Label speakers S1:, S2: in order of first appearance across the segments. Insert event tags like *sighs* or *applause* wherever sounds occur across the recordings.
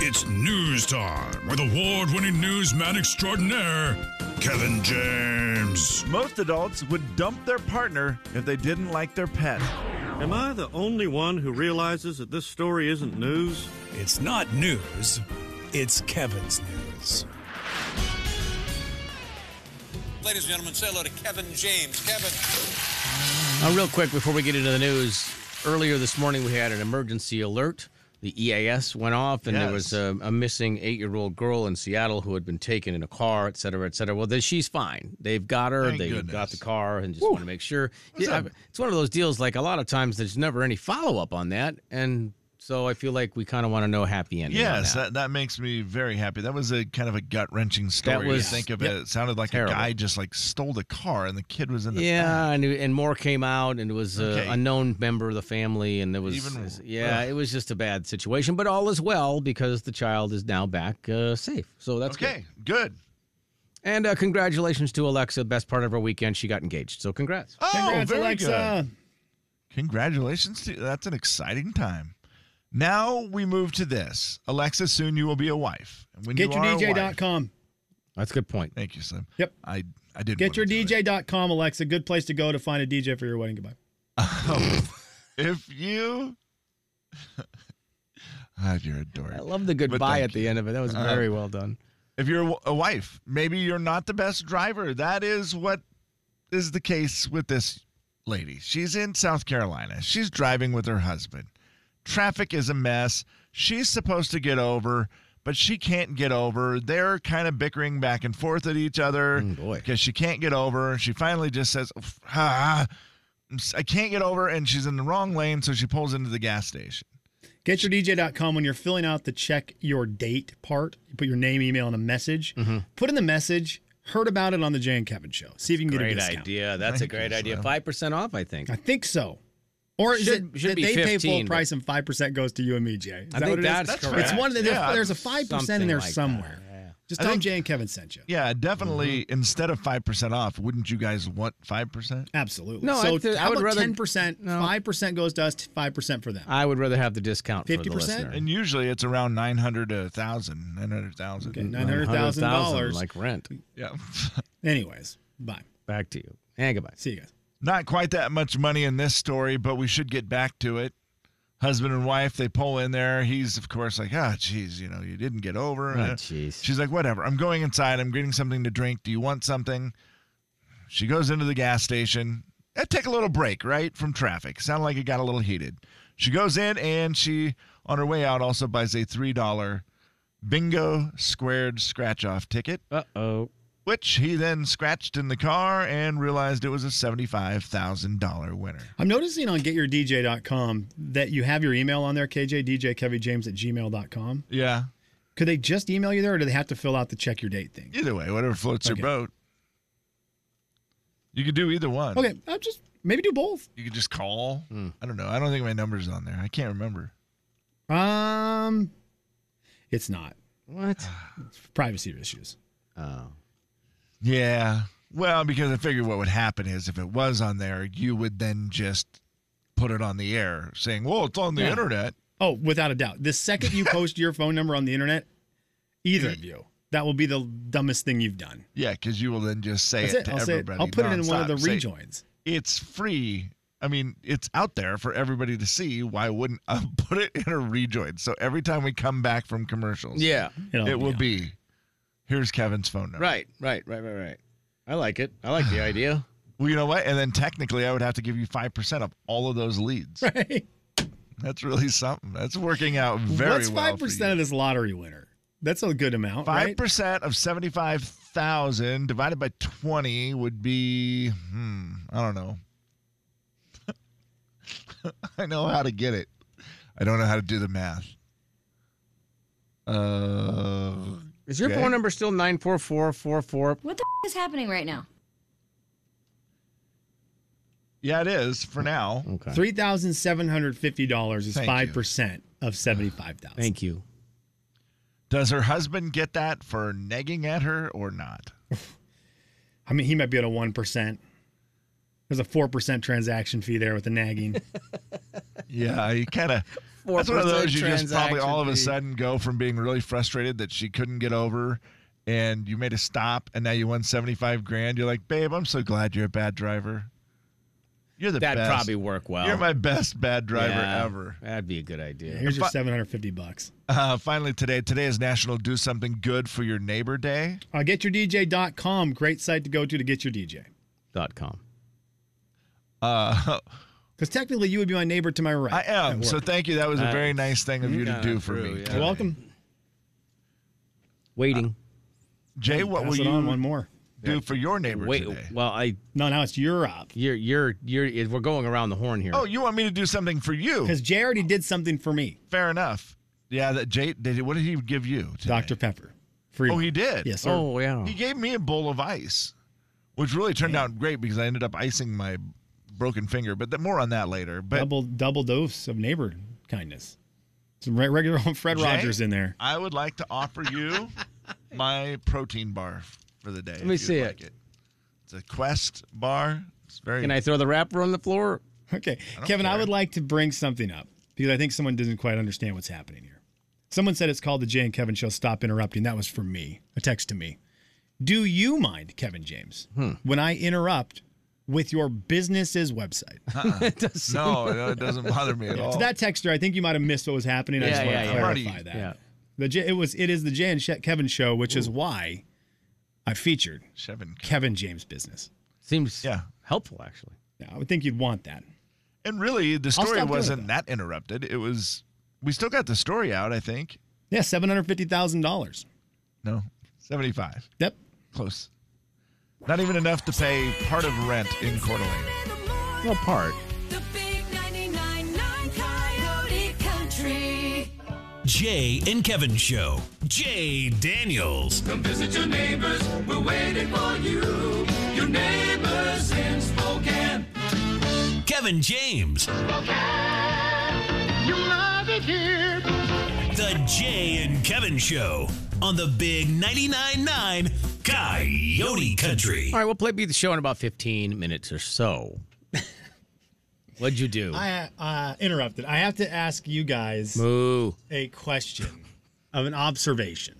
S1: It's news time with award winning newsman extraordinaire, Kevin James.
S2: Most adults would dump their partner if they didn't like their pet.
S3: Am I the only one who realizes that this story isn't news?
S4: It's not news, it's Kevin's news.
S5: Ladies and gentlemen, say hello to Kevin James. Kevin.
S6: Uh, real quick before we get into the news, earlier this morning we had an emergency alert. The EAS went off, and there was a, a missing eight-year-old girl in Seattle who had been taken in a car, et cetera, et cetera. Well, then she's fine. They've got her.
S7: Thank
S6: they
S7: goodness.
S6: got the car, and just want to make sure. Yeah, I- it's one of those deals. Like a lot of times, there's never any follow-up on that, and so I feel like we kind of want to know happy ending. on
S7: Yes,
S6: that.
S7: that, that makes me very happy. That was a kind of a gut wrenching story.
S6: That
S7: to
S6: was-
S7: think of
S6: yep.
S7: it. It sounded like
S6: Terrible.
S7: a guy just like stole the car and the kid was in the back.
S6: Yeah, and, and more came out, and it was uh,
S7: Okay.
S6: a, a known member of the family, and there was
S7: Even-
S6: yeah,
S7: ugh.
S6: it was just a bad situation, but all is well because the child is now back uh, safe, so that's good.
S7: Okay, good.
S6: And uh, congratulations to Alexa, best part of her weekend, she got engaged, so congrats.
S7: Oh,
S8: Congrats,
S7: very
S8: Alexa.
S7: good. Congratulations to that's an exciting time. Now we move to this. Alexa, soon you will be a wife. And When
S8: Get
S7: you
S8: your
S7: are a wife-
S8: DJ.com.
S6: That's a good point.
S7: Thank you, Slim.
S8: Yep.
S7: I I did
S8: Get your
S7: wanna do it.
S8: DJ.com, Alexa. Good place to go to find a DJ for your wedding. Goodbye.
S7: If you *laughs* Ah, you're a dork.
S6: I love the goodbye
S7: thank
S6: at the end of it. That was
S8: Uh-huh.
S6: very well done.
S7: if you're a w- a wife, maybe you're not the best driver. That is what is the case with this lady. She's in South Carolina. She's driving with her husband. Traffic is a mess. She's supposed to get over, but she can't get over. They're kind of bickering back and forth at each other
S6: boy.
S7: because she can't get over. She finally just says, ah, I'm s- I can't get over, and she's in the wrong lane, so she pulls into the gas station.
S8: Get your DJ.com when you're filling out the check your date part. You put your name, email, and a message.
S6: Mm-hmm.
S8: Put in the message, heard about it on the Jay and Kevin show. See if you can get a
S6: Great
S8: discount.
S6: idea. That's a great idea. Five percent off, I think.
S8: I think so. Or is
S6: Should-
S8: it
S6: should
S8: that
S6: be
S8: they pay
S6: 15,
S8: full
S6: but-
S8: price and 5% goes to you and me, Jay? Is
S6: I
S8: that
S6: think
S8: what it is?
S6: that's That's correct.
S8: It's one of the, there's,
S7: Yeah.
S8: there's a 5%
S6: Something
S8: in there
S6: like that,
S8: somewhere.
S6: yeah.
S8: Just
S7: I
S8: tell them
S7: think-
S8: Jay and Kevin sent you.
S7: Yeah, definitely. Instead of 5% off, wouldn't you guys want 5%?
S8: Absolutely.
S6: No,
S8: so
S6: I th- I
S8: how
S6: would
S8: about
S6: rather-
S8: 10%,
S6: No.
S8: 5% goes to us, 5% for them.
S6: I would rather have the discount for the
S8: 50%?
S6: listener.
S7: And usually it's around 900 to 1,000, 900,000.
S8: Okay, $900,000.
S6: like rent.
S7: Yeah. *laughs*
S8: Anyways, bye.
S6: Back to you. And goodbye.
S8: See you guys.
S7: Not quite that much money in this story, but we should get back to it. Husband and wife, they pull in there. He's, of course, like, ah, geez, you know, you didn't get over.
S6: Oh,
S7: Uh,
S6: jeez.
S7: She's like, whatever. I'm going inside. I'm getting something to drink. Do you want something? She goes into the gas station. Eh, take a little break, right, from traffic. Sounded like it got a little heated. She goes in and she, on her way out, also buys a $3 bingo squared scratch off ticket.
S6: Uh oh.
S7: which he then scratched in the car and realized it was a $75,000 winner.
S8: I'm noticing on getyourdj.com that you have your email on there, KJ, DJ, Kevin James at gmail.com.
S7: Yeah.
S8: Could they just email you there or do they have to fill out the check your date thing?
S7: Either way, whatever floats
S8: Okay.
S7: your boat. You could do either one.
S8: Okay, I'm just maybe do both.
S7: You could just call. I don't know. I don't think my number's on there. I can't remember.
S8: Um, it's not
S6: What?
S8: privacy issues.
S6: Oh.
S7: Yeah. Well, because I figured what would happen is if it was on there, you would then just put it on the air saying, well, it's on the
S8: Yeah.
S7: internet.
S8: Oh, without a doubt. The
S7: *laughs*
S8: second you post your phone number on the internet, either of you, that will be the dumbest thing you've done.
S7: Yeah, because you will then just say
S8: That's
S7: it,
S8: it.
S7: to
S8: I'll say it.
S7: everybody.
S8: I'll put it in one of the
S7: nonstop. Say,
S8: rejoins.
S7: it's free. I mean, it's out there for everybody to see. Why wouldn't I *laughs* put it in a rejoin? So every time we come back from commercials,
S6: Yeah.
S8: It'll
S7: it will
S8: on.
S7: be. Here's Kevin's phone number.
S6: Right. Right. Right. Right. Right. I like it. I *sighs* like the idea.
S7: Well, you know what? And then technically, I would have to give you five percent of all of those leads.
S8: Right.
S7: That's really something. That's working out very
S8: What's
S7: well.
S8: five percent of this lottery winner? That's a good amount,
S7: Five
S8: right?
S7: percent of seventy-five thousand divided by twenty would be. Hmm. I don't know. *laughs* I know how to get it. I don't know how to do the math. Uh.
S6: Is your
S7: Okay.
S6: phone number still nine four four four four?
S9: What the is happening right now?
S7: Yeah, it is for now.
S6: Okay.
S8: Three thousand seven hundred fifty dollars is
S7: Thank
S8: five
S7: you.
S8: percent of seventy-five thousand.
S6: Thank you.
S7: Does her husband get that for negging at her or not?
S8: I mean, he might be at a one percent.
S7: *laughs*
S8: There's a four percent transaction fee there with the nagging.
S6: *laughs*
S7: Yeah, he kind of
S6: four
S7: That's one
S6: percent
S7: of those you just probably all of a
S6: transaction fee.
S7: sudden go from being really frustrated that she couldn't get over and you made a stop and now you won 75 grand. You're like, babe, I'm so glad you're a bad driver. You're the
S6: That'd
S7: best.
S6: probably work well.
S7: You're my best bad driver
S6: Yeah,
S7: ever.
S6: That'd be a good idea.
S8: Here's your
S7: But-
S8: 750 bucks.
S7: Uh, finally, today, today is National Do Something Good for Your Neighbor Day.
S8: Uh, getyourdj.com, great site to go to to get your DJ.
S6: Dot com.
S7: Uh, *laughs*
S8: Because technically, you would be my neighbor to my right.
S7: I am.
S8: at
S7: So
S8: work.
S7: thank you. That was a very nice thing of you to
S6: Kinda
S7: do for
S6: true,
S7: me.
S6: yeah.
S8: You're welcome.
S6: Waiting.
S7: Jay, what
S8: Pass
S7: will
S8: it on
S7: you
S8: one more.
S7: do for your neighbor
S6: Wait.
S7: today?
S6: Well, I
S8: No, now it's your up.
S6: you're you're you're we're going around the horn here.
S7: Oh, you want me to do something for you?
S8: Because Jay already did something for me,
S7: Fair enough. Yeah, that Jay, did, he- what did he give you? today?
S8: Dr. Pepper. Free.
S7: Oh, he did.
S8: Yes, sir.
S6: Oh, yeah.
S7: He gave me a bowl of ice, which really turned out great because I ended up icing my broken finger. But th- more on that later. But
S8: double double dose of neighbor kindness. Some re- regular *laughs* old Fred
S7: Jay?
S8: Rogers in there.
S7: I would like to offer you my protein bar for the day. Let
S6: me see it.
S7: It's a Quest bar. It's very. *laughs*
S6: Can I throw the wrapper on the floor?
S8: Okay, Kevin, I
S7: care.
S8: would like to bring something up because I think someone doesn't quite understand what's happening here. Someone said it's called the Jay and Kevin Show. Stop interrupting. That was from me. A text to me. Do you mind, Kevin James, when I interrupt with your business's website?
S7: no, no, it doesn't bother me at all.
S8: So that texture, I think you might have missed what was happening. I
S6: Yeah,
S8: just want
S6: yeah,
S8: to
S6: yeah.
S8: clarify
S7: Already-
S8: that. The J, it was it is the Jay and Sh- Kevin Show, which is why I featured
S7: Chevin.
S8: Kevin James' business.
S6: Seems
S7: Yeah.
S6: helpful actually.
S8: Yeah, I would think you'd want that.
S7: And really, the story
S8: stop doing
S7: wasn't that interrupted. It was. We still got the story out, I think.
S8: Yeah, seven hundred fifty thousand dollars.
S7: No, seventy-five.
S8: Yep.
S7: Close. Not even enough to pay part of rent in Coeur d'Alene.
S6: Well, part.
S9: The big 99.9 Coyote Country.
S4: Jay and Kevin Show. Jay Daniels.
S10: Come visit your neighbors. We're waiting for you. Your neighbors in Spokane.
S4: Kevin James.
S10: You love it here.
S4: The Jay and Kevin Show on the Big 99.9 9 Coyote Country.
S6: All right, we'll play beat the show in about fifteen minutes or *laughs* so. What'd you do?
S8: I uh, interrupted. I have to ask you guys
S6: Moo.
S8: a question of an observation.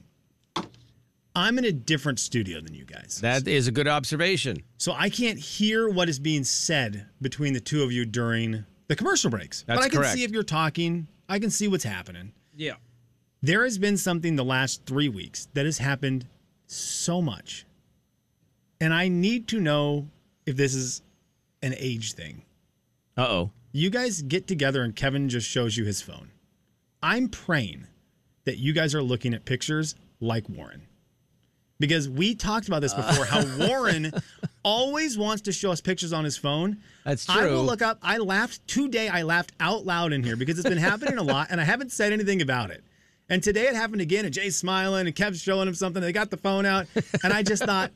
S8: I'm in a different studio than you guys,
S6: That is a good observation.
S8: so I can't hear what is being said between the two of you during the commercial breaks.
S6: That's
S8: but I can
S6: correct.
S8: see if you're talking. I can see what's happening.
S6: Yeah.
S8: There has been something the last three weeks that has happened so much. And I need to know if this is an age thing.
S6: Uh oh.
S8: You guys get together and Kevin just shows you his phone. I'm praying that you guys are looking at pictures like Warren. Because we talked about
S6: Uh.
S8: this
S6: *laughs*
S8: before how Warren always wants to show us pictures on his phone.
S6: That's
S8: I will
S6: true.
S8: look up. I laughed today. I laughed out loud in here because it's been happening a lot and I haven't said anything about it. And today it happened again and Jay's smiling and Kev's showing him something. They got the phone out and I just thought,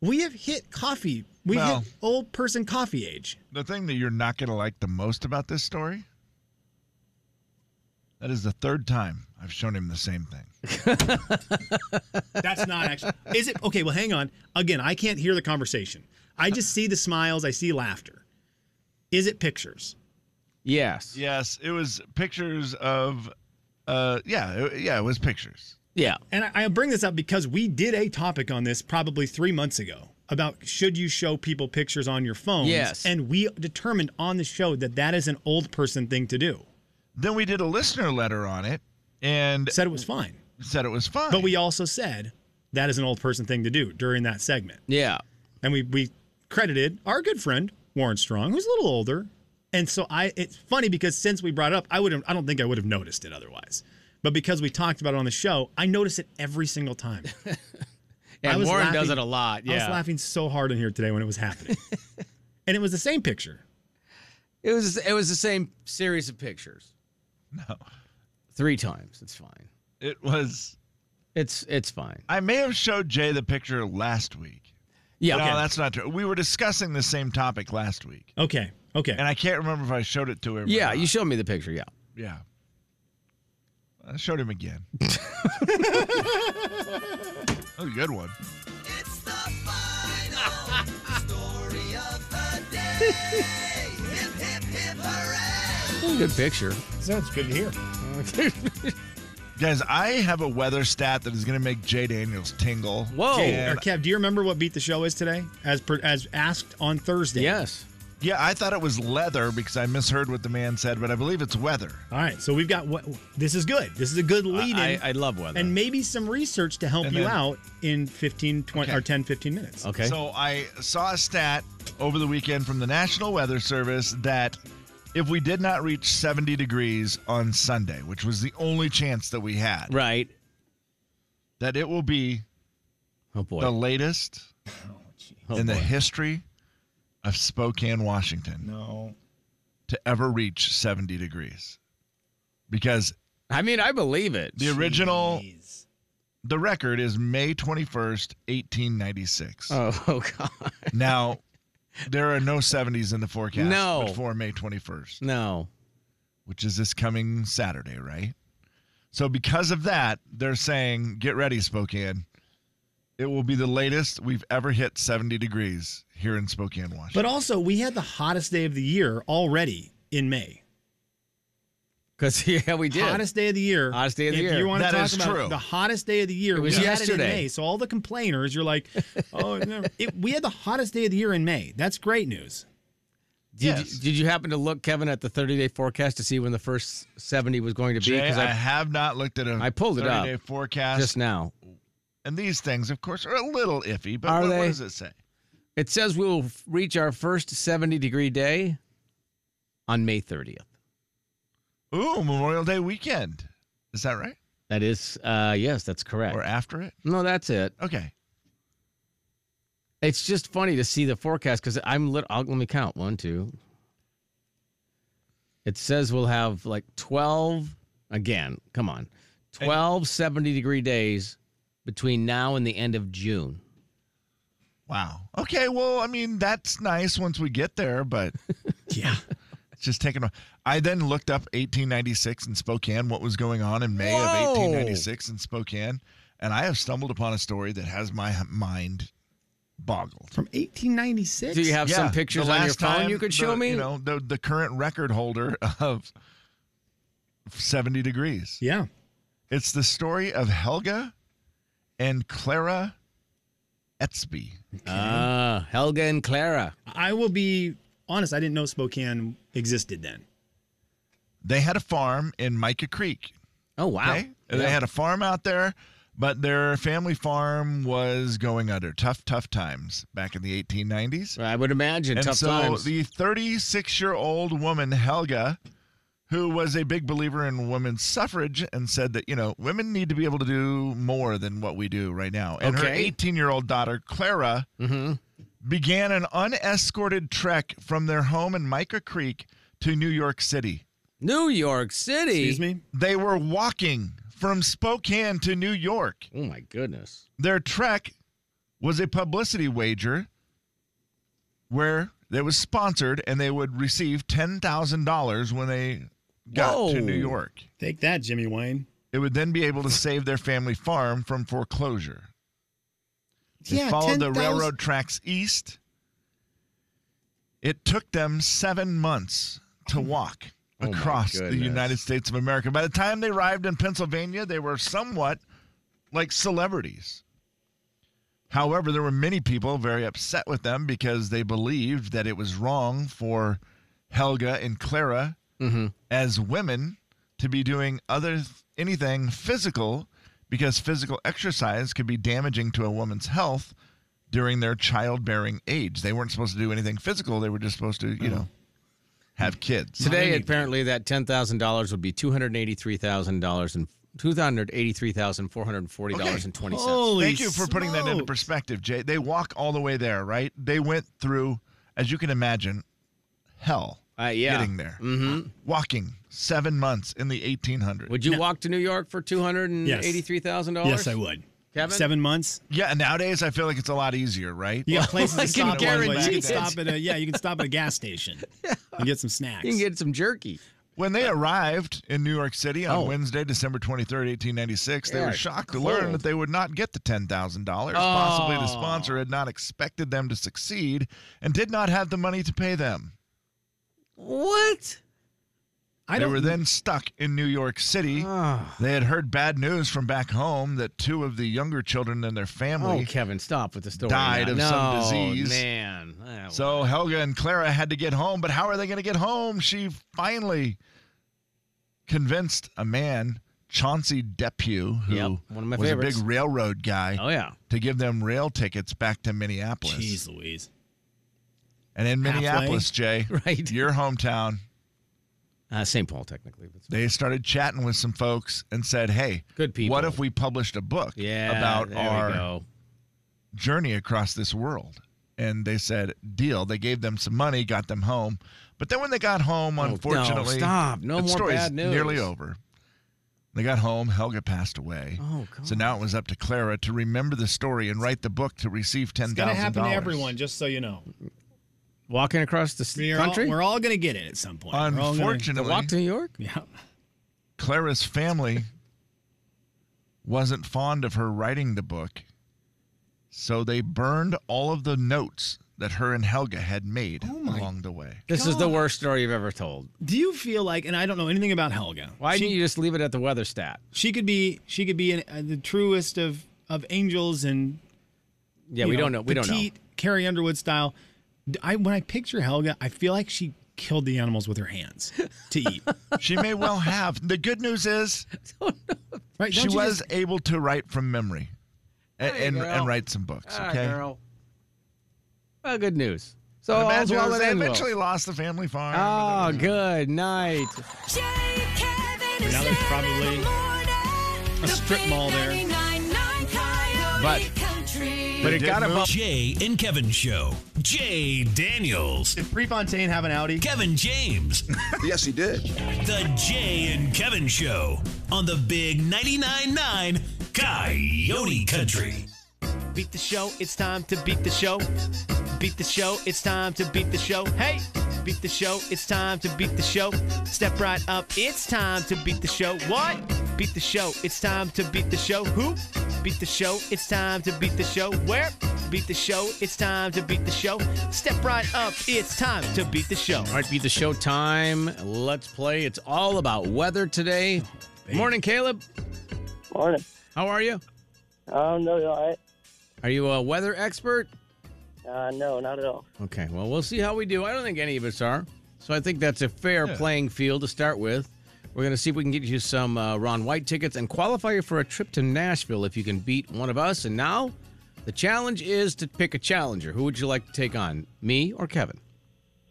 S8: we have hit coffee. We
S7: Well-
S8: hit old person coffee age.
S7: The thing that you're not going to like the most about this story that is the third time I've shown him the same thing.
S8: That's not actually. Is it okay? Well, hang on. Again, I can't hear the conversation. I just see the smiles. I see laughter. Is it pictures?
S6: Yes.
S7: Yes, it was pictures of, uh, yeah, it- yeah, it was pictures.
S6: Yeah.
S8: And I, I bring this up because we did a topic on this probably three months ago about should you show people pictures on your phone?
S6: Yes.
S8: And we determined on the show that that is an old person thing to do.
S7: Then we did a listener letter on it and
S8: Said it was fine,
S7: said it was fine.
S8: but we also said that is an old person thing to do during that segment.
S6: Yeah.
S8: and we we credited our good friend Warren Strong, who's a little older. And so I, it's funny because since we brought it up, I would I don't think I would have noticed it otherwise. But because we talked about it on the show, I notice it every single time. I
S6: And
S8: was
S6: Warren does
S8: laughing-
S6: it a lot.
S8: I was
S6: Yeah.
S8: laughing so hard in here today when it was happening, and it was the same picture.
S6: It was it was the same series of pictures.
S7: No.
S6: Three times. It's fine.
S7: it was,
S6: It's it's fine.
S7: I may have showed Jay the picture last week.
S6: Yeah.
S7: No, that's not true. We were discussing the same topic last week,
S8: Okay, okay.
S7: and I can't remember if I showed it to him. or
S6: yeah,
S7: not.
S6: you showed me the picture, yeah.
S7: Yeah. I showed him
S6: *laughs*
S7: again. that was a good one.
S10: It's the final story of the day. hip, hip, hip, hooray.
S6: Good picture. *laughs*
S8: Sounds good to hear.
S7: Guys, I have a weather stat that is going to make Jay Daniels tingle.
S6: Whoa.
S8: Jay, or Kev, do you remember what beat the show is today? As per, as asked on Thursday.
S6: Yes.
S7: Yeah, I thought it was leather because I misheard what the man said, but I believe it's weather.
S8: All right. So we've got what this is good. This is a good lead in.
S6: I, I love weather.
S8: and maybe some research to help
S7: And
S8: you
S7: then-
S8: out in 15 20 or 10 15 minutes.
S6: okay.
S7: So I saw a stat over the weekend from the National Weather Service that if we did not reach 70 degrees on Sunday, which was the only chance that we had,
S6: right.
S7: that it will be
S6: Oh boy.
S7: the latest
S6: Oh,
S7: in the
S6: boy.
S7: history of Spokane, Washington,
S8: No.
S7: to ever reach 70 degrees. Because
S6: I mean, I believe it.
S7: the original, the record is May 21st, 1896.
S6: Oh, *laughs* oh god.
S7: Now, there are no 70s in the forecast
S6: No.
S7: before May 21st,
S6: No.
S7: which is this coming Saturday, right? So, because of that, they're saying, get ready, Spokane. It will be the latest we've ever hit 70 degrees here in Spokane, Washington.
S8: But also, we had the hottest day of the year already in May.
S6: Because *laughs* yeah, we did.
S8: Hottest day of the year.
S6: Hottest day of the
S8: if
S6: year.
S8: You want
S7: That
S8: to talk
S7: is
S8: about
S7: true.
S8: the hottest day of the year?
S6: It was
S8: we had it in
S6: yesterday.
S8: May. So all the complainers, you're
S6: *laughs*
S8: like, oh, no. It- we had the hottest day of the year in May. That's great news.
S6: Did,
S7: Yes.
S6: you, did you happen to look, Kevin, at the 30 day forecast to see when the first 70 was going to be?
S7: Jay, I,
S6: I,
S7: have not looked at a
S6: I pulled it up
S7: 30-day forecast.
S6: just now.
S7: And these things, of course, are a little iffy, but
S6: Are
S7: what, what
S6: they?
S7: does it say?
S6: It says we will f- reach our first 70 degree day on May 30th.
S7: Ooh, Memorial Day weekend. Is that right?
S6: That is, uh, yes, that's correct.
S7: Or after it?
S6: no, that's it.
S7: Okay.
S6: It's just funny to see the forecast because I'm lit. I'll, let me count one, two. It says we'll have like 12, again, come on, 12 70 degree days between now and the end of June.
S7: Wow. Okay. Well, I mean, that's nice once we get there, but
S8: Yeah.
S7: it's just taking. A, I then looked up 1896 in Spokane, what was going on in May
S6: Whoa.
S7: of 1896 in Spokane, and I have stumbled upon a story that has my h- mind boggled.
S8: *laughs* From 1896.
S6: Do you have some pictures
S7: the
S6: on your
S7: last
S6: phone
S7: time
S6: you could
S7: the-
S6: show me?
S7: You know, the the current record holder of 70 degrees.
S8: Yeah.
S7: It's the story of Helga and Clara Etsby.
S6: Ah, Helga and Clara.
S8: I will be honest. I didn't know Spokane existed then.
S7: They had a farm in Micah Creek
S6: Oh wow!
S7: Okay. They had a farm out there, but their family farm was going under tough, tough times back in the 1890s.
S6: I would imagine
S7: And
S6: tough
S7: so
S6: times.
S7: the 36 year old woman, Helga, who was a big believer in women's suffrage and said that, you know, women need to be able to do more than what we do right now. And her
S6: Okay. Mm-hmm.
S7: 18 year old daughter, Clara, began an unescorted trek from their home in Micah Creek to New York City.
S6: New York City.
S8: Excuse me.
S7: They were walking from Spokane to New York.
S6: Oh my goodness.
S7: Their trek was a publicity wager where it was sponsored and they would receive $10,000 when they got
S6: Whoa.
S7: to New York.
S8: Take that, Jimmy Wayne.
S7: It would then be able to save their family farm from foreclosure. They
S8: Yeah,
S7: followed the
S8: 10,000
S7: railroad tracks east. It took them seven months to walk
S6: Oh my
S7: across the
S6: goodness.
S7: United States of America. By the time they arrived in Pennsylvania, they were somewhat like celebrities. However, there were many people very upset with them because they believed that it was wrong for Helga and Clara as women to be doing other th- anything physical because physical exercise could be damaging to a woman's health during their childbearing age. They weren't supposed to do anything physical, they were just supposed to, you know, have kids.
S6: Mm. Today, apparently, that ten thousand dollars would be two hundred eighty-three thousand dollars and two hundred eighty-three thousand four hundred forty dollars and twenty cents.
S8: Holy
S7: Thank you for putting that into
S8: smokes.
S7: perspective, Jay. They walk all the way there, right? They went through, as you can imagine, hell
S6: Uh, yeah.
S7: getting there. Mm-hmm. Walking seven months in the 1800s.
S6: Would you walk to New York for two hundred and eighty-three thousand dollars?
S8: Yes, I would.
S6: Kevin?
S8: Seven months.
S7: yeah, nowadays I feel like it's a lot easier, right?
S8: You got
S6: *laughs*
S8: places
S6: I
S8: to
S6: can
S8: stop along the way. You
S6: guarantee
S8: can
S6: it.
S8: stop at a yeah. You can stop at a gas station and get some snacks.
S6: You can get some jerky.
S7: When they arrived in New York City on
S6: Uh, Oh.
S7: Wednesday, December 23rd, 1896, they
S6: Yeah,
S7: were shocked to learn
S6: cold.
S7: that they would not get the $10,000. Possibly the sponsor
S6: Oh.
S7: had not expected them to succeed and did not have the money to pay them.
S6: What?
S8: I
S7: they
S8: don't
S7: were then stuck in New York City.
S6: Uh. Ah,
S7: They had heard bad news from back home that two of the younger children in their
S6: Oh,
S7: family.
S6: Kevin, stop with the story.
S7: died
S6: now.
S7: of
S6: no,
S7: some disease.
S6: man. Ah, well.
S7: So Helga and Clara had to get home, but how are they going to get home? She finally convinced a man, Chauncey Depew, who
S6: Yep, one of my
S7: was
S6: favorites.
S7: a big railroad guy,
S6: Oh, yeah.
S7: to give them rail tickets back to Minneapolis.
S8: Jeez Louise.
S7: And in
S8: Halfway.
S7: Minneapolis, Jay,
S6: *laughs* Right.
S7: your hometown,
S6: Uh, St. Paul, technically. That's-
S7: they started chatting with some folks and said, "Hey,
S6: Good people.
S7: What if we published a book
S6: Yeah.
S7: about
S6: there
S7: our
S6: we go.
S7: journey across this world?" And they said, "Deal." They gave them some money, got them home. But then when they got home,
S6: Oh, no,
S7: unfortunately,
S6: stop. No
S7: the
S6: more
S7: story's
S6: bad news.
S7: Nearly over. They got home. Helga passed away.
S6: Oh, God.
S7: So now it was up to Clara to remember the story and write the book to receive ten thousand
S8: It's going
S7: dollars.
S8: to happen to everyone, just so you know.
S6: Walking across the s-
S8: We're all,
S6: country?
S8: we're all going to get it at some point. We're all gonna-
S6: The
S7: Unfortunately,
S6: walk to New York?
S8: yeah.
S6: uh,
S7: Clara's family wasn't fond of her writing the book, so they burned all of the notes that her and Helga had made
S6: Oh
S7: along the way.
S6: This is the worst story you've ever told.
S8: Do you feel like, and I don't know anything about Helga.
S6: Why
S8: she,
S6: didn't you just leave it at the weather stat?
S8: she could be she could be an, uh, the truest of of angels and
S6: Yeah,
S8: you
S6: we
S8: know,
S6: don't know. We don't know.
S8: petite, Carrie Underwood style. D- I when I picture Helga, I feel like she killed the animals with her hands
S6: *laughs*
S8: to eat.
S7: She may well have. The good news is
S8: Right?
S7: she
S8: Don't you
S7: was
S8: just-
S7: able to write from memory a-
S6: Hey,
S7: and, and,
S6: girl.
S7: write some books.
S6: Ah,
S7: Okay.
S6: girl. Well, good news. So all's
S7: Imagine
S6: well that
S7: they
S6: ends well.
S7: eventually lost the family farm.
S6: Oh, good night.
S9: Jay, Kevin, and
S8: Now there's
S9: Sarah in the
S8: probably
S9: morning.
S8: a
S9: The
S8: strip
S9: big
S8: mall there.
S9: 99.9 Coyote
S7: But-
S9: Country.
S7: But it got
S6: move.
S7: about
S4: Jay and Kevin Show. Jay Daniels.
S8: Did Prefontaine have an Audi?
S4: Kevin James.
S10: *laughs* Yes, he did.
S4: The Jay and Kevin Show on the Big 99.9 9 Coyote Country.
S8: Beat the show, it's time to beat the show. Beat the show, it's time to beat the show. Hey! Beat the show, it's time to beat the show. Step right up, it's time to beat the show. What? Beat the show, it's time to beat the show. Who? Beat the show, it's time to beat the show. Where? Beat the show, it's time to beat the show. Step right up, it's time to beat the show.
S6: All right, beat the show time. Let's play. It's all about weather today. Morning, Caleb.
S11: Morning.
S6: How are you?
S11: Um, no, you're all right.
S6: Are you a weather expert?
S11: Uh, no, not at all.
S6: Okay, well, we'll see how we do. I don't think any of us are. So I think that's a fair playing field to start with. We're going to see if we can get you some uh, Ron White tickets and qualify you for a trip to Nashville if you can beat one of us. And now the challenge is to pick a challenger. Who would you like to take on, me or Kevin?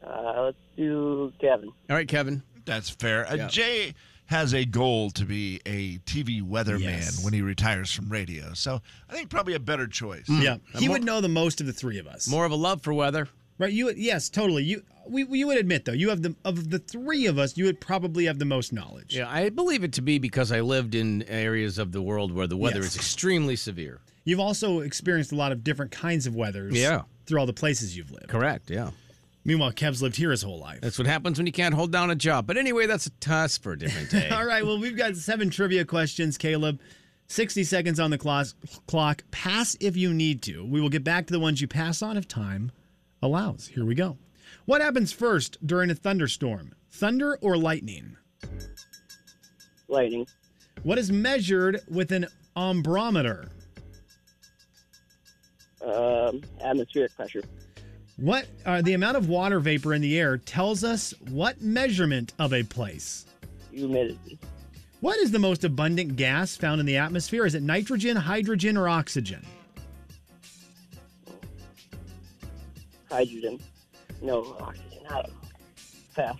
S11: Uh, let's do Kevin.
S6: All right, Kevin.
S7: That's fair. Uh,
S6: Yeah.
S7: Jay has a goal to be a TV weatherman
S8: Yes.
S7: when he retires from radio. So I think probably a better choice.
S8: Mm. Yeah, he would know the most of the three of us.
S6: More of a love for weather.
S8: Right? You yes, totally. You we you would admit though, you have the of the three of us, you would probably have the most knowledge.
S6: Yeah, I believe it to be because I lived in areas of the world where the weather
S8: Yes.
S6: is extremely severe.
S8: You've also experienced a lot of different kinds of weathers.
S6: Yeah.
S8: Through all the places you've lived.
S6: Correct, yeah.
S8: Meanwhile, Kev's lived here his whole life.
S6: That's what happens when you can't hold down a job. But anyway, that's a task for a different day.
S8: all right. Well, we've got seven trivia questions, Caleb. 60 seconds on the clock, clock. Pass if you need to. We will get back to the ones you pass on if time allows. Here we go. What happens first during a thunderstorm? Thunder or lightning?
S11: Lightning.
S8: What is measured with an ombrometer?
S11: Um, atmospheric pressure.
S8: What uh, the amount of water vapor in the air tells us what measurement of a place?
S11: Humidity.
S8: What is the most abundant gas found in the atmosphere? Is it nitrogen, hydrogen, or oxygen?
S11: Hydrogen. No, oxygen. I don't know. Pass.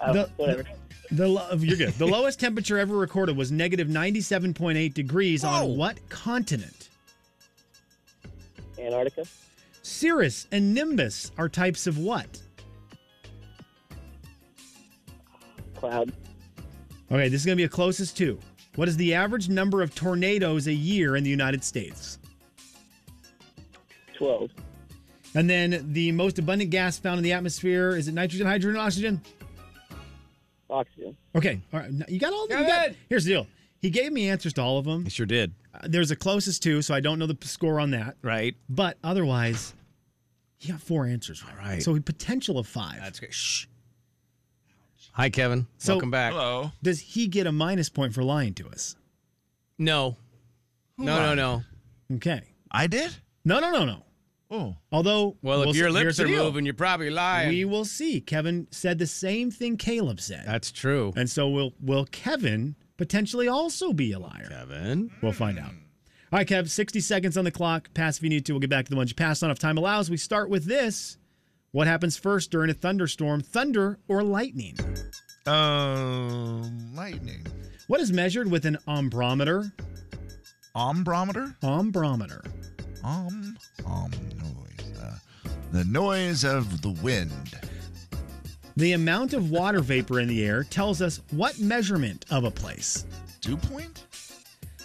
S11: I- I-
S8: The-
S11: whatever.
S8: The lo- you're good. The lowest temperature ever recorded was negative 97.8 degrees on what continent?
S11: Antarctica.
S8: Cirrus and Nimbus are types of what?
S11: Cloud.
S8: Okay, this is going to be a closest two. What is the average number of tornadoes a year in the United States?
S11: 12.
S8: And then the most abundant gas found in the atmosphere is it nitrogen, hydrogen, and oxygen?
S11: Oxygen.
S8: Okay, all right. You got all. You got, here's the deal. He gave me answers to all of them.
S6: I sure did.
S8: Uh, There's a closest two, so I don't know the p- score on that.
S6: Right.
S8: But otherwise, he got four answers right.
S6: right.
S8: So a potential of five.
S6: That's great. Shh. Hi, Kevin.
S8: So-
S6: Welcome back.
S7: Hello.
S8: Does he get a minus point for lying to us?
S6: No. No, no, no.
S8: Okay.
S7: I did?
S8: No, no, no, no.
S7: Oh.
S8: Although,
S6: Well, if
S8: we'll
S6: your
S8: see- here's
S6: lips
S8: the
S6: are
S8: deal.
S6: moving, you're probably lying.
S8: we will see. Kevin said the same thing Caleb said,
S6: That's true.
S8: and so will will Kevin potentially also be a liar?
S6: Kevin.
S8: We'll find out. All right, Kev, 60 seconds on the clock. Pass if you need to. We'll get back to the ones you passed on if time allows. We start with this. What happens first during a thunderstorm, thunder or lightning?
S7: Um, lightning.
S8: What is measured with an ombrometer?
S7: Ombrometer?
S8: Ombrometer.
S7: Om. Om noise. Uh, the noise of the wind.
S8: The amount of water vapor in the air tells us what measurement of a place.
S7: Dew point?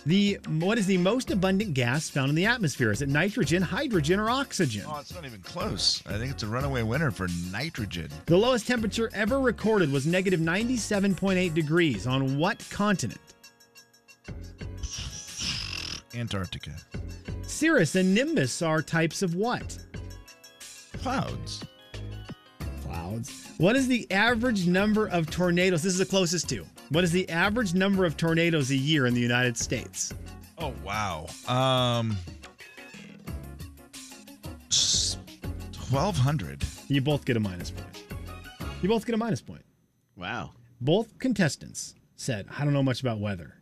S8: The what is the most abundant gas found in the atmosphere? Is it nitrogen, hydrogen, or oxygen?
S7: Oh, it's not even close. I think it's a runaway winner for nitrogen.
S8: The lowest temperature ever recorded was negative 97.8 degrees on what continent?
S7: Antarctica.
S8: Cirrus and Nimbus are types of what?
S7: Clouds.
S8: Clouds. What is the average number of tornadoes? This is the closest to. What is the average number of tornadoes a year in the United States?
S7: Oh wow. Um, twelve hundred.
S8: You both get a minus point. You both get a minus point.
S6: Wow.
S8: Both contestants said, I don't know much about weather.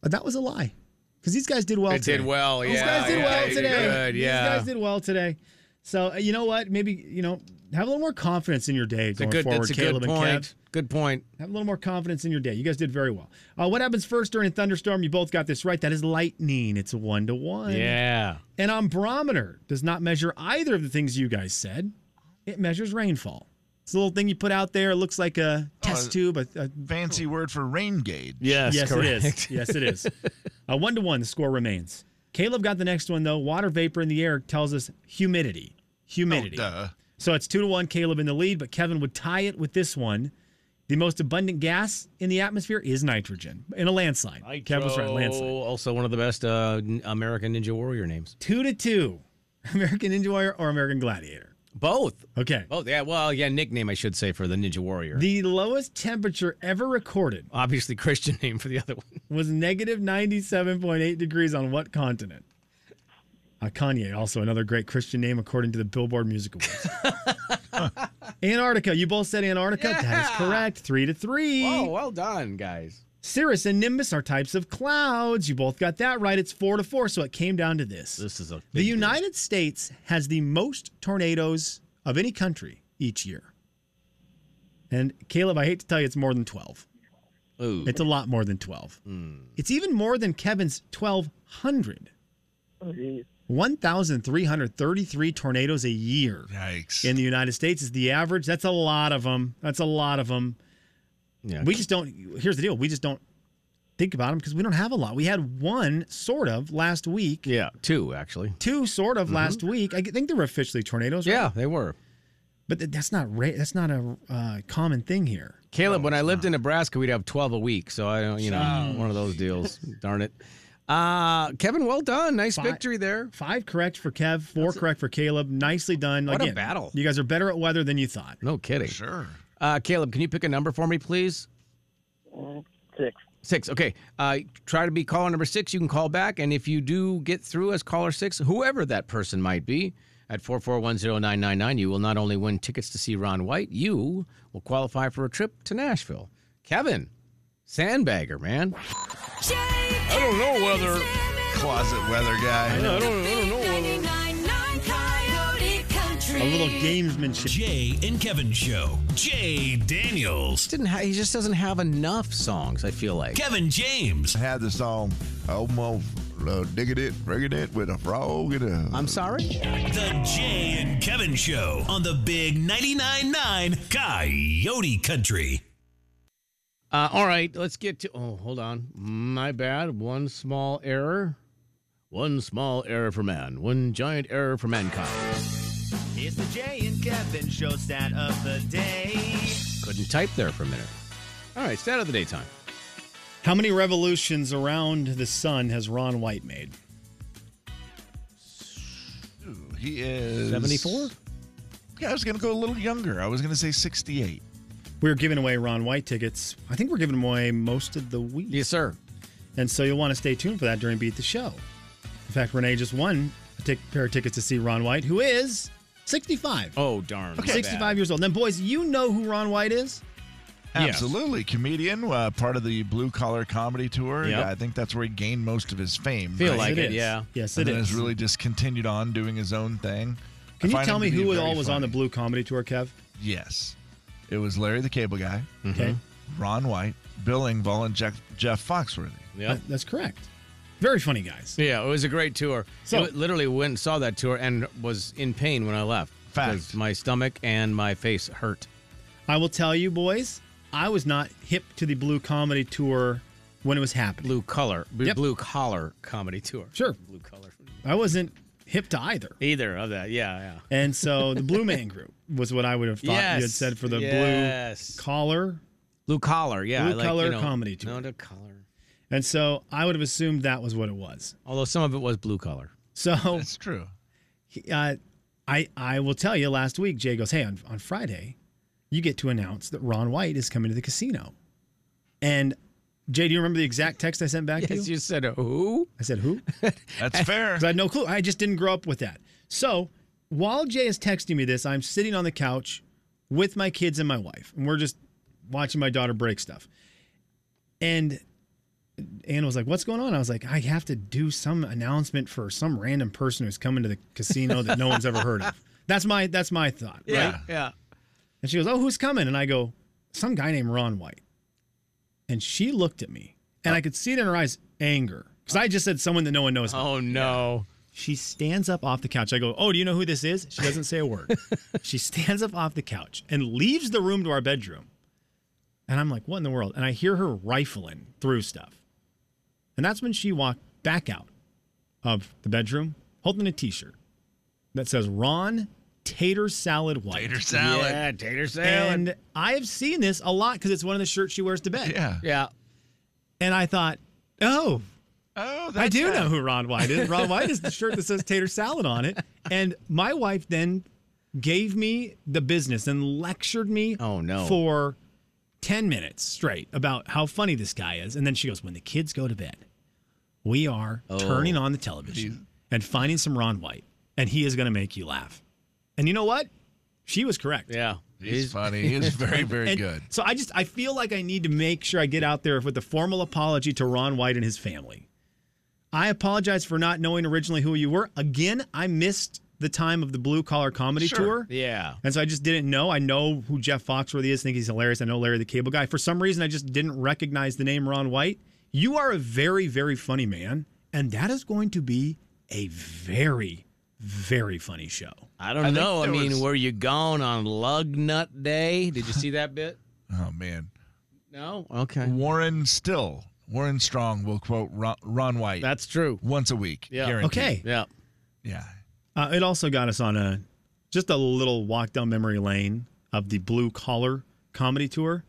S8: But that was a lie. Because these guys did well
S6: They
S8: today.
S6: did well. Yeah.
S8: These guys did
S6: yeah,
S8: well
S6: they
S8: today.
S6: Good. Yeah.
S8: These guys did well today. So uh, you know what? Maybe you know have a little more confidence in your day
S6: It's a
S8: going
S6: good.
S8: forward,
S6: That's a
S8: Caleb
S6: good
S8: and Kev.
S6: point. Good point.
S8: Have a little more confidence in your day. You guys did very well. Uh, what happens first during a thunderstorm? You both got this right. That is lightning. It's a one to one.
S6: Yeah.
S8: An ombrometer does not measure either of the things you guys said. It measures rainfall. It's a little thing you put out there. It looks like a
S6: Oh,
S8: test
S7: uh,
S8: tube. A, a,
S7: Fancy word for rain gauge.
S6: Yes.
S8: yes, it is. *laughs* Yes,
S6: *laughs*
S8: it is. A one to one. The score remains. Caleb got the next one though. Water vapor in the air tells us humidity. Humidity.
S7: Oh, Duh.
S8: So it's two to one, Caleb in the lead, but Kevin would tie it with this one. The most abundant gas in the atmosphere is nitrogen in a landslide. Kevin was right, landslide.
S6: Also, one of the best uh, n- American Ninja Warrior names.
S8: Two to two, *laughs* American Ninja Warrior or American Gladiator.
S6: Both.
S8: Okay.
S6: Both. Yeah. Well, yeah. Nickname, I should say, for the Ninja Warrior.
S8: The lowest temperature ever recorded
S6: Obviously, Christian *laughs* name for the other one.
S8: was negative 97.8 degrees on what continent? Uh, Kanye, also another great Christian name according to the Billboard Music Awards. Antarctica. You both said Antarctica. That is correct. Three to three.
S6: Oh, well done, guys.
S8: Cirrus and Nimbus are types of clouds. You both got that right. It's four to four, so it came down to this.
S6: This is a
S8: the
S6: big
S8: United States has the most tornadoes of any country each year. And Caleb, I hate to tell you, it's more than 12.
S6: deal. Ooh.
S8: It's a lot more than 12.
S6: Hmm.
S8: It's even more than Kevin's 1,200.
S11: Oh, geez.
S8: 1,333 tornadoes a year
S7: Yikes.
S8: in the United States is the average. That's a lot of them. That's a lot of them.
S6: Yeah.
S8: We just don't. Here's the deal. We just don't think about them because we don't have a lot. We had one sort of last week.
S6: yeah. Two actually.
S8: Two sort of last week. I think they were officially tornadoes. right?
S6: Yeah, they were.
S8: but th- that's not ra- that's not a uh, common thing here.
S6: Caleb, when I lived in Nebraska, we'd have 12 a week. So I don't, you know, one of those deals. Darn it. Uh, Kevin, well done. Nice
S8: Fi-
S6: victory there.
S8: Five correct for Kev. Four correct for Caleb. Nicely done.
S6: What a
S8: Again,
S6: battle.
S8: You guys are better at weather than you thought.
S6: No kidding.
S7: Sure.
S6: Uh, Caleb, can you pick a number for me, please?
S11: Six.
S6: Six. Okay. Uh, try to be caller number six. You can call back. And if you do get through as caller six, whoever that person might be, at 4410999, you will not only win tickets to see Ron White, you will qualify for a trip to Nashville. Kevin, sandbagger, man.
S9: I don't know whether.
S7: Closet weather guy.
S9: I don't, I don't know whether.
S8: A little gamesmanship.
S4: Jay and Kevin Show. Jay Daniels.
S6: Didn't ha- he just doesn't have enough songs, I feel like.
S4: Kevin James.
S7: I had the song almost uh, digging it, rigging it with a frog and a.
S6: I'm sorry?
S4: The Jay and Kevin Show on the big 99.9 9 Coyote Country.
S6: Uh, all right, let's get to. Oh, hold on. My bad. One small error. One small error for man. One giant error for mankind.
S8: It's the Jay and Kevin show stat of the day.
S6: Couldn't type there for a minute. All right, stat of the day time.
S8: How many revolutions around the sun has Ron White made?
S7: He is
S6: 74?
S7: Yeah, I was gonna go a little younger. I was gonna say sixty-eight.
S8: We were giving away Ron White tickets. I think we're giving them away most of the week. Yes,
S6: sir.
S8: And so you'll want to stay tuned for that during Beat the Show. In fact, Renee just won a tic- pair of tickets to see Ron White, who is 65.
S6: Oh, darn.
S7: Okay.
S8: 65 years old. Now, boys, you know who Ron White is?
S7: Absolutely. Comedian, uh, part of the Blue Collar Comedy Tour.
S8: Yep.
S7: I think that's where he gained most of his fame.
S8: Feel
S7: right?
S8: like Yes, it it, is. yeah. Yes,
S7: and
S8: it
S7: then has
S8: is.
S7: really just continued on doing his own thing.
S8: Can
S7: I
S8: you
S7: find
S8: tell
S7: him
S8: me
S7: to be
S8: who
S7: very
S8: all was on the
S7: funny.
S8: Blue Comedy Tour, Kev?
S7: Yes. It was Larry the Cable Guy,
S8: Okay.
S7: Ron White, Bill Engvall, and Jeff, Jeff Foxworthy.
S6: Yeah.
S8: That's correct. Very funny guys.
S6: Yeah, it was a great tour.
S8: So-
S6: So literally went and saw that tour and was in pain when I left. Fact. My stomach and my face hurt.
S8: I will tell you, boys, I was not hip to the Blue Comedy Tour when it was happening.
S6: Blue collar, b- blue collar comedy tour.
S8: Sure.
S6: Blue collar.
S8: I wasn't hip to either.
S6: Either of that. Yeah, yeah.
S8: And so the Blue Man Group was what I would have thought you had
S6: Yes,
S8: said for the
S6: yes.
S8: Blue Collar.
S6: Blue Collar, yeah.
S8: Blue
S6: I like,
S8: Collar
S6: you know,
S8: Comedy Tour.
S6: No, the collar.
S8: And so I would have assumed that was what it was.
S6: Although some of it was blue collar.
S8: So
S6: *laughs*
S8: that's
S7: true.
S8: Uh, I I will tell you. Last week, Jay goes, "Hey, on on Friday, you get to announce that Ron White is coming to the casino." And Jay, do you remember the exact text I sent back to you?
S6: Yes, you said who?
S8: I said who? *laughs*
S7: That's fair. Because
S8: I had no clue. I just didn't grow up with that. So while Jay is texting me this, I'm sitting on the couch with my kids and my wife, and we're just watching my daughter break stuff. And Anna was like, "What's going on?" I was like, "I have to do some announcement for some random person who's coming to the casino that no one's ever heard of." That's my that's my thought, right?
S6: Yeah.
S8: And she goes, "Oh, who's coming?" And I go, "Some guy named Ron White." And she looked at me, and I could see it in her eyes, anger, because I just said someone that no one knows.
S6: Oh no.
S8: She stands up off the couch. I go, "Oh, do you know who this is?" She doesn't say a word. she stands up off the couch and leaves the room to our bedroom. And I'm like, "What in the world?" And I hear her rifling through stuff. And that's when she walked back out of the bedroom holding a t-shirt that says Ron Tater Salad White. Tater
S6: salad. Yeah, tater salad.
S8: And I've seen this a lot because it's one of the shirts she wears to bed.
S7: Yeah.
S6: Yeah.
S8: And I thought, oh,
S7: oh,
S8: I
S6: that's
S8: do
S6: that.
S8: know who Ron White is. Ron White is the shirt that says tater salad on it. And my wife then gave me the business and lectured me
S6: oh, no.
S8: for 10 minutes straight about how funny this guy is. And then she goes, when the kids go to bed, we are
S6: Oh.
S8: turning on the television and finding some Ron White, and he is going to make you laugh. And you know what? She was correct.
S6: Yeah.
S7: *laughs* He's funny.
S8: *laughs*
S7: He is very, very
S8: And
S7: good.
S8: So I just I feel like I need to make sure I get out there with a formal apology to Ron White and his family. I apologize for not knowing originally who you were. Again, I missed the time of the blue collar comedy tour.
S6: Yeah.
S8: And so I just didn't know. I know who Jeff Foxworthy is. Think he's hilarious. I know Larry the Cable Guy. For some reason, I just didn't recognize the name Ron White. You are a very, very funny man, and that is going to be a very, very funny show.
S6: I don't
S8: I think
S6: know. I
S8: there
S6: mean,
S8: was-
S6: were you gone on Lug Nut Day? Did you see that bit? *laughs*
S7: Oh, man.
S6: No? Okay.
S7: Warren Still, Warren Strong will quote Ron, Ron White.
S6: That's true.
S7: Once a week. guaranteed.
S8: Okay.
S6: Yeah.
S7: Yeah.
S8: Uh, it also got us on a just a little walk down memory lane of the blue collar comedy tour.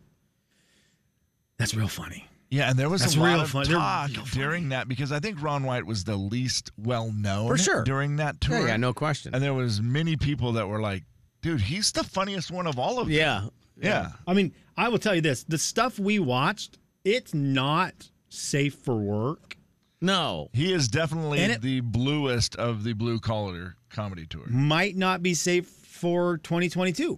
S8: That's real funny.
S7: Yeah, and there was
S8: That's
S7: a lot
S8: real
S7: of
S8: fun- they're
S7: talk
S8: real
S7: during that because I think Ron White was the least well known
S6: For sure.
S7: during that
S6: Yeah,
S7: tour.
S6: yeah, no question.
S7: And there was many people that were like, "Dude, he's the funniest one of all of
S6: Yeah.
S7: them." Yeah,
S8: I mean, I will tell you this the stuff we watched, it's not safe for work.
S6: No, *laughs*
S7: he is definitely
S8: And it-
S7: the bluest of the blue collar comedy tour.
S8: Might not be safe for 2022,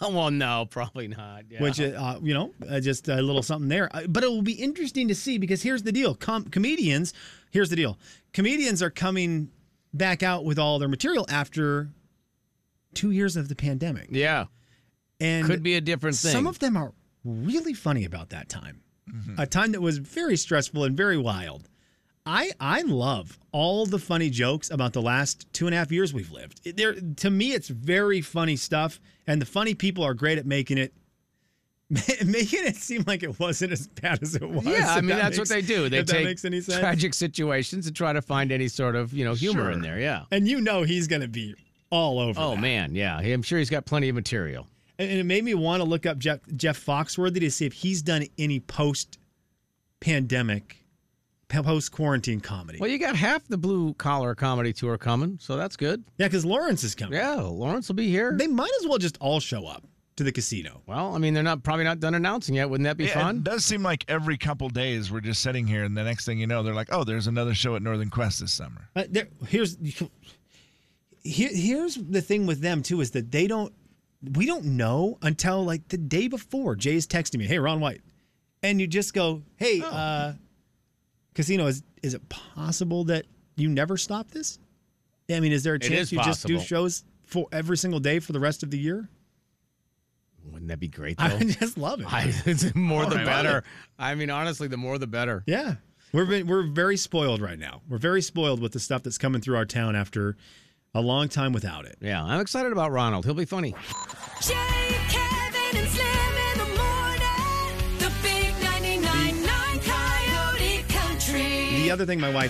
S6: well, no, probably not. Yeah.
S8: which, uh, you know, uh, just a little something there. Uh, But it will be interesting to see because here's the deal Com- comedians, here's the deal comedians are coming back out with all their material after two years of the pandemic.
S6: yeah.
S8: And
S6: Could be a different thing.
S8: Some of them are really funny about that time.
S6: Mm-hmm.
S8: A time that was very stressful and very wild. I I love all the funny jokes about the last two and a half years we've lived. It- There to me, it's very funny stuff, and the funny people are great at making it. *laughs* Making it seem like it wasn't as bad as it was.
S6: Yeah, I
S8: if
S6: mean
S8: that
S6: that's what they
S8: makes-
S6: do. They
S8: if
S6: take
S8: that makes any sense.
S6: tragic situations and try to find any sort of you know humor in
S8: Sure.
S6: there. Yeah.
S8: And you know he's going to be all over.
S6: Oh man, yeah. I'm sure he's got plenty of material.
S8: And and it made me want to look up Jeff, Jeff Foxworthy to see if he's done any post pandemic, post quarantine comedy.
S6: Well, you got half the blue collar comedy tour coming, so that's good.
S8: Yeah, because Lawrence is coming.
S6: Yeah, Lawrence will be here.
S8: They might as well just all show up
S12: to the casino.
S6: Well, I mean, they're not probably not done announcing yet. Wouldn't that be
S7: Yeah,
S6: fun?
S7: It does seem like every couple days we're just sitting here, and the next thing you know, they're like, "Oh, there's another show at Northern Quest this summer."
S8: Uh, there, here's here, here's the thing with them too is that they don't we don't know until like the day before. Jay's texting me, "Hey, Ron White," and you just go, "Hey,
S6: Oh.
S8: uh, casino is is it possible that you never stop this? I mean, is there a
S6: It
S8: chance
S6: is
S8: you just do
S6: possible.
S8: shows for every single day for the rest of the year?"
S6: Wouldn't that be great? Though?
S8: *laughs* I just love it.
S6: I, *laughs* the more
S8: All
S6: the
S8: right, well,
S6: better. I mean, honestly, the more the better.
S8: Yeah. We're ve- we're very spoiled right now. We're very spoiled with the stuff that's coming through our town after a long time without it.
S6: Yeah, I'm excited about Ronald. He'll be funny.
S9: Jay, Kevin, and Slim in the morning. The big 99.9 Coyote Country.
S8: The other thing my wife